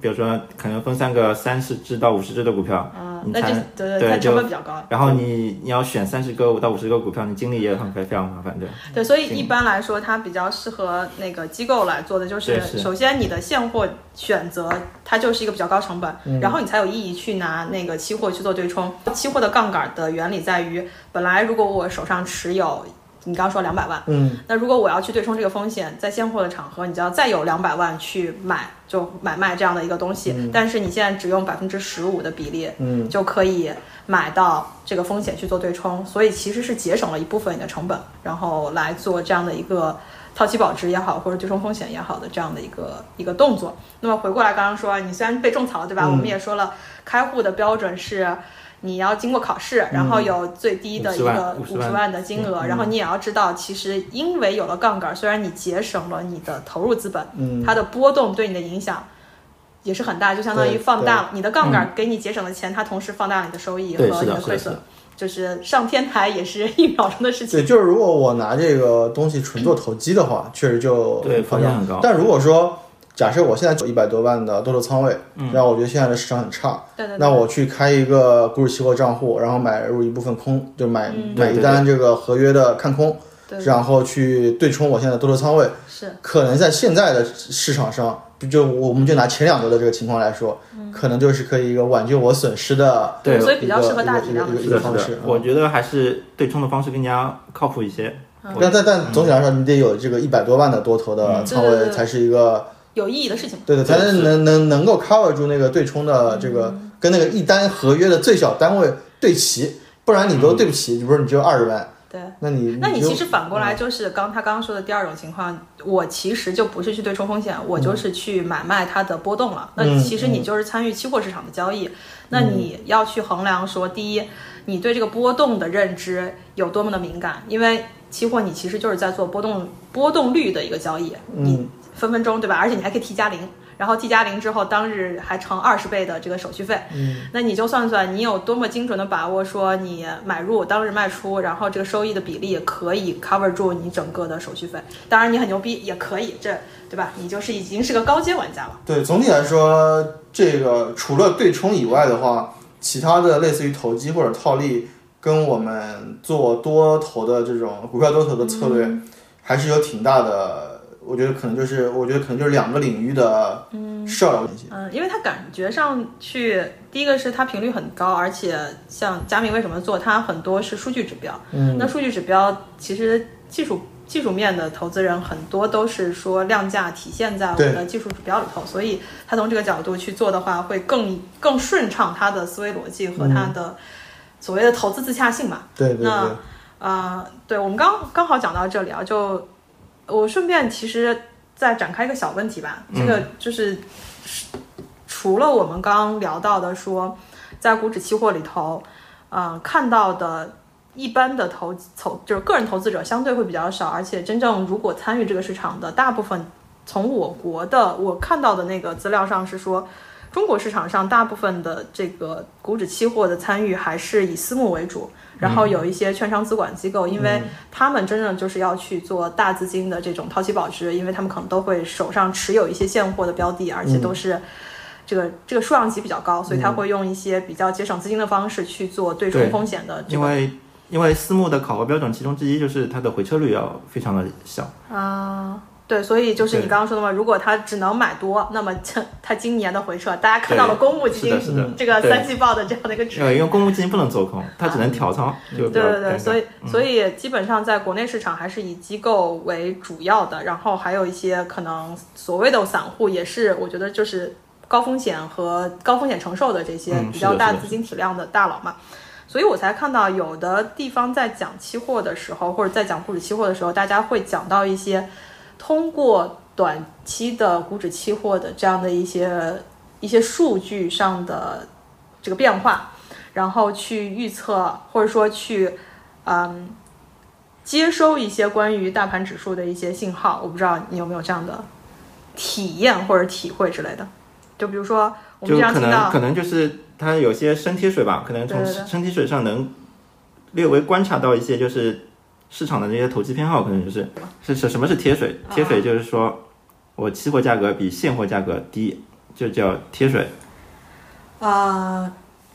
比如说可能分散个三十只到五十只的股票，啊、你那就才对对它成就本比较高。然后你你要选三十个到五十个股票，你精力也很非常麻烦，对。对，所以嗯行一般来说，它比较适合那个机构来做的，就是对是首先你的现货选择，它就是一个比较高成本，嗯然后你才有意义去拿那个期货去做对冲。期货的杠杆的原理在于，本来如果我手上持有，你刚说两百万，嗯，那如果我要去对冲这个风险，在现货的场合，你就要再有两百万去买，就买卖这样的一个东西。嗯但是你现在只用百分之十五的比例，嗯，就可以买到这个风险去做对冲，所以其实是节省了一部分你的成本，然后来做这样的一个套期保值也好，或者对冲风险也好的这样的一个一个动作。那么回过来刚刚说，啊你虽然被种草了，对吧？嗯我们也说了，开户的标准是。你要经过考试，然后有最低的一个五50十万万的金额，然后你也要知道，其实因为有了杠杆，虽然你节省了你的投入资本，嗯它的波动对你的影响也是很大，就相当于对放大了你的杠杆给你节省的钱，它同时放大了你的收益和对是你的的亏是的损，就是上天台也是一秒钟的事情。对，就是如果我拿这个东西纯做投机的话，确实就对夸风险张很高但如果说假设我现在有一百多万的多头仓位，嗯然后我觉得现在的市场很差，对对对，那我去开一个股指期货账户，然后买入一部分空，就买、买对一对单这个合约的看空，嗯对然后去对冲我现在的多头仓位，是可能在现在的市场上，就我们就拿前两周的这个情况来说，可能就是可以一个挽救我损失的对嗯所以比较一个适合大体量一个的一是个的，方式是的，我觉得还是对冲的方式更加靠谱一些。我嗯但但但总体来说，你得有这个一百多万的多头的仓嗯对对位，对才是一个有意义的事情。对的，才对能是能能能够 cover 住那个对冲的这个嗯跟那个一单合约的最小单位对齐，不然嗯你都对不起，比如说你只有二十万，对，那你那你就其实反过来就是刚他刚刚说的第二种情况，我其实就不是去对冲风险，我就是去买卖它的波动了。嗯那其实你就是参与期货市场的交易，那你要去衡量说，第一，你对这个波动的认知有多么的敏感，因为期货你其实就是在做波动波动率的一个交易，嗯你分分钟对吧？而且你还可以 T 加零。然后 T 加零之后，当日还乘二十倍的这个手续费，嗯，那你就算算你有多么精准的把握，说你买入当日卖出，然后这个收益的比例可以 cover 住你整个的手续费。当然你很牛逼也可以，这对吧？你就是已经是个高阶玩家了。对总体来说，这个除了对冲以外的话，其他的类似于投机或者套利，跟我们做多头的这种股票多头的策略，嗯还是有挺大的。我觉得可能就是，我觉得可能就是两个领域的事儿了。嗯，因为它感觉上去，第一个是它频率很高，而且像佳明为什么做，它很多是数据指标。嗯，那数据指标其实技术技术面的投资人很多都是说量价体现在我对们的技术指标里头，所以他从这个角度去做的话，会更更顺畅他的思维逻辑和嗯他的所谓的投资自洽性嘛。对对对。那啊、对我们刚刚好讲到这里啊，就我顺便其实再展开一个小问题吧，这个就是除了我们刚刚聊到的说，在股指期货里头，啊、看到的。一般的投投就是个人投资者相对会比较少，而且真正如果参与这个市场的，大部分从我国的我看到的那个资料上是说，中国市场上大部分的这个股指期货的参与还是以私募为主，然后有一些券商资管机构，因为他们真正就是要去做大资金的这种套期保值，因为他们可能都会手上持有一些现货的标的，而且都是这个这个数量级比较高，所以他会用一些比较节省资金的方式去做对冲对风险呃的这因个为因为私募的考核标准其中之一就是它的回撤率要非常的小啊，对，所以就是你对刚刚说的嘛，如果他只能买多，那么 [laughs] 这它今年的回撤，大家看到了对公募基是的，金是的，这个对三季报的这样的一个指呃，因为公募基金不能做空，它只能调仓，就比对较对尴对，尬嗯所以所以基本上在国内市场还是以机构为主要的，然后还有一些可能所谓的散户，也是我觉得就是高风险和高风险承受的这些嗯比是较的大是的资金体量的大佬嘛。所以我才看到有的地方在讲期货的时候，或者在讲股指期货的时候，大家会讲到一些通过短期的股指期货的这样的一些一些数据上的这个变化，然后去预测或者说去嗯接收一些关于大盘指数的一些信号。我不知道你有没有这样的体验或者体会之类的。就比如说我们经就常可听能到可能就是它有些深贴水吧，可能从对对对深贴水上能略微观察到一些就是市场的这些投机偏好，可能就是嗯是是什么是贴水？啊贴水就是说我期货价格比现货价格低，就叫贴水。呃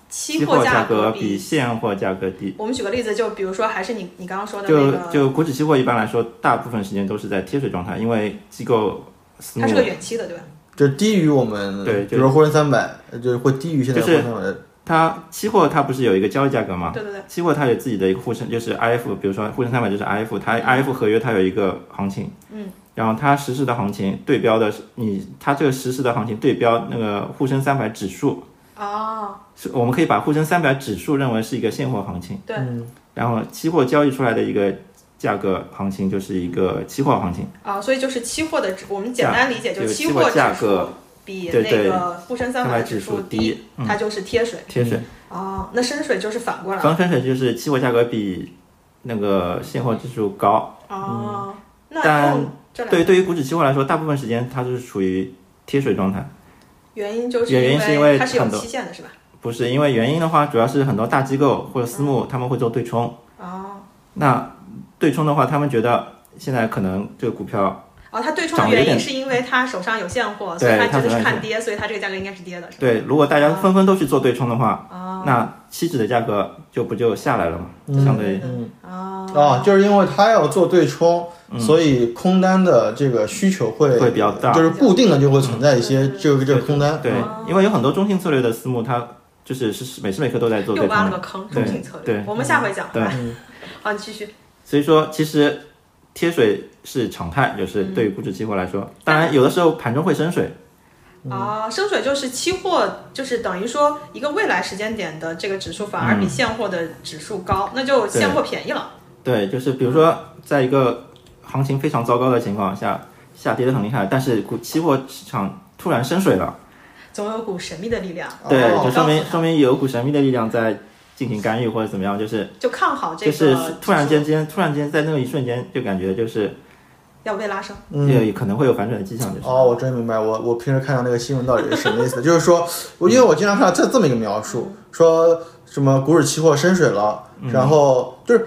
期期货价格比比。现货价格低，我们举个例子，就比如说，还是你你刚刚说的那就个，就股指期货一般来说，大部分时间都是在贴水状态，因为机构私募它是个远期的，对吧？就是低于我们，对比如说沪深三百，就是会低于现在沪就是深三百的它期货它不是有一个交易价格吗？对对对，期货它有自己的一个沪深，就是 I F，比如说沪深三百就是 I F，它嗯 I F 合约它有一个行情，嗯，然后它实时的行情对标的是你，它这个实时的行情对标那个沪深三百指数，哦，是我们可以把沪深三百指数认为是一个现货行情，对，然后期货交易出来的一个价格行情就是一个期货行情，啊，所以就是期货的指，我们简价单理解就是就期期货货指价数格比对那对个沪深三三百百指指数数低低，嗯它就是贴水。贴水。哦，那深水就是反过来。防深水就是期货价格比那个现货指数高，哦，那但用这两对个对于股指期货来说，大部分时间它就是处于贴水状态。原因就是原因是因为它是有很多嗯期限的，是吧？不是因为原因的话，主要是很多大机构或者私募他们会做对冲。哦，那对冲的话，他们觉得现在可能这个股票哦，它对冲涨的得有原因点是因为它手上有现货，所以对它觉它得手是上有看跌，所以它这个价格应该是跌的，是吧？对，如果大家纷纷都去做对冲的话，嗯哦，那期指的价格就不就下来了嘛？相对于嗯哦，啊，就是因为它要做对冲，所以空单的这个需求会嗯会比较大就是固定的就会存在一些这个这个空哦单。对，因为有很多中性策略的私募，它就是是每时每刻都在做又对挖了冲个的，坑，对中性策略对，我们下回讲，好对吧？嗯 [laughs] 好，你继续。所以说其实贴水是常态，就是嗯对于股指期货来说，当然有的时候盘中会深水，嗯啊，深水就是期货，就是等于说一个未来时间点的这个指数反而嗯比现货的指数高，那就现货便宜了。对，就是比如说，在一个行情非常糟糕的情况下，下跌的很厉害，但是股期货市场突然深水了，总有股神秘的力量，对，哦就说告诉明他说明有股神秘的力量在进行干预或者怎么样，就是就看好哦这就个指是数，突然间间突然间在那个一瞬间就感觉就是要被拉升。也可能会有反转的迹象，就是嗯哦，我真明白，我我平时看到那个新闻到底是什么意思？就是说，我因为我经常看到这这么一个描述，说什么股指期货深水了，然后就是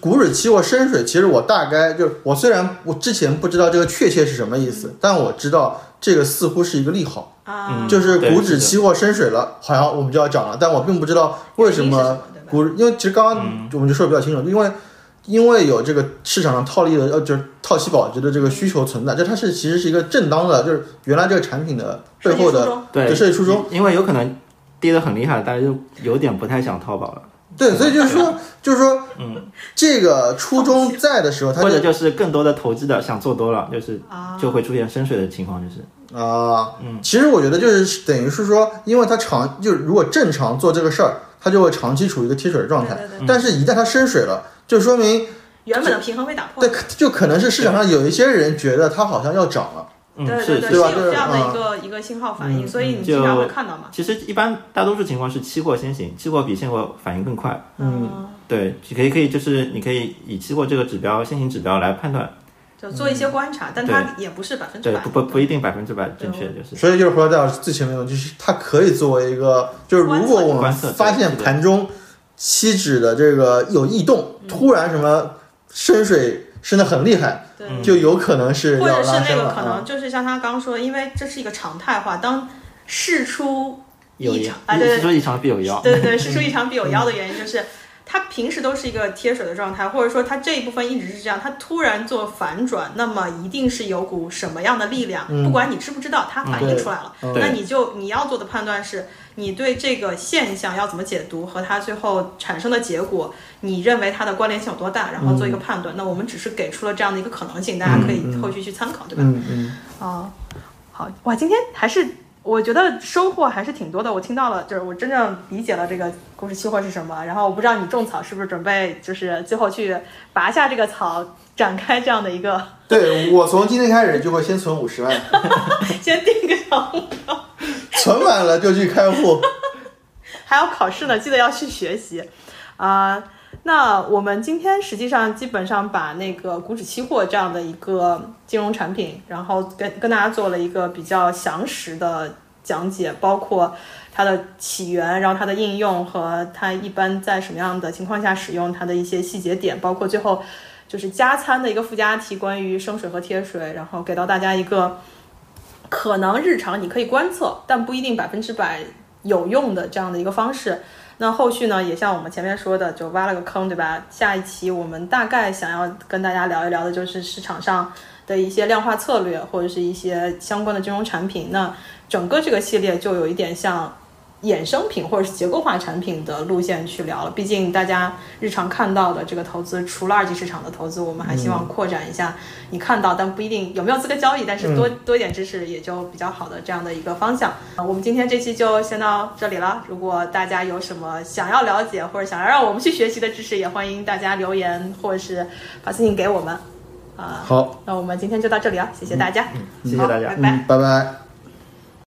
股指期货深水，其实我大概就是我虽然我之前不知道这个确切是什么意思，但我知道这个似乎是一个利好，啊，就是对股是指的期货深水了，好像我们就要涨了，但我并不知道为什原因是什么么对吧股，因为其实刚嗯刚我们就说的比较清楚，因为因为有这个市场上套利的，呃，就是套期保值的这个需求存在，就它是其实是一个正当的，就是原来这个产品的背后设计初的衷对就设计初衷，因因为有可能跌得很厉害，大家就有点不太想套保了，对，所以就是说，就是说，啊嗯，这个初衷在的时候，它或者哦就就是更多的投机的想做多了，就是啊就会出现深水的情况，就是啊，嗯其实我觉得就是等于是说，因为它长就是如果正常做这个事儿，它就会长期处于一个贴水的状态啊对对，但是一旦它深水了，就说明。原本的平衡被打破对，。可就可能是市场上有一些人觉得它好像要涨了，嗯对是对，是吧有就是这样的啊嗯一个一个信号反应，所以你就经常会看到嘛。其实一般大多数情况是期货先行，期货比现货反应更快。嗯，对，可以可以，就是你可以以期货这个指标先行指标来判断，就做一些观察，但它也不是百分之对，百嗯不。不不一定百分之百正确，就是所以就是回到到最前面的问题，就是它可以作为一个，就是如果我们观测发现对盘中期指的这个有异动，嗯突然什么深水深的很厉害，对，就有可能嗯是或要者是拉那升个了可啊能。就是像他刚说的，因为这是一个常态化，当事出有异一常啊，对对是说一常必有妖， [laughs] 嗯对对对，事出异常必有妖的原因就是。它平时都是一个贴水的状态，或者说它这一部分一直是这样，它突然做反转，那么一定是有股什么样的力量，嗯不管你知不知道，它反映出来了。对嗯对那你就你要做的判断是，你对这个现象要怎么解读和它最后产生的结果，你认为它的关联性有多大，然后做一个判断。那我们只是给出了这样的一个可能性，大家可以嗯嗯嗯后续去参考，对吧？嗯嗯，啊，好哇，今天还是我觉得收获还是挺多的。我听到了，就是我真正理解了这个股市期货是什么。然后我不知道你种草是不是准备就是最后去拔下这个草，展开这样的一个， [laughs] 对我从今天开始就会先存五十万，先定个小目标，存满了就去开户。还要考试呢，记得要去学习啊。那我们今天实际上基本上把那个股指期货这样的一个金融产品，然后跟跟大家做了一个比较详实的讲解，包括它的起源，然后它的应用和它一般在什么样的情况下使用它的一些细节点，包括最后就是加餐的一个附加题，关于生水和贴水，然后给到大家一个可能日常你可以观测，但不一定百分之百有用的这样的一个方式。那后续呢，也像我们前面说的，就挖了个坑，对吧？下一期我们大概想要跟大家聊一聊的就是市场上的一些量化策略，或者是一些相关的金融产品。那整个这个系列就有一点像衍生品或者是结构化产品的路线去聊了。毕竟大家日常看到的这个投资，除了二级市场的投资，我们还希望扩展一下你看到但不一定有没有资格交易，但是多多一点知识也就比较好的这样的一个方向。啊我们今天这期就先到这里了。如果大家有什么想要了解或者想要让我们去学习的知识，也欢迎大家留言或者是发私信给我们。啊、好，那我们今天就到这里了，谢谢大家，嗯谢谢大家好拜。拜。嗯，拜拜。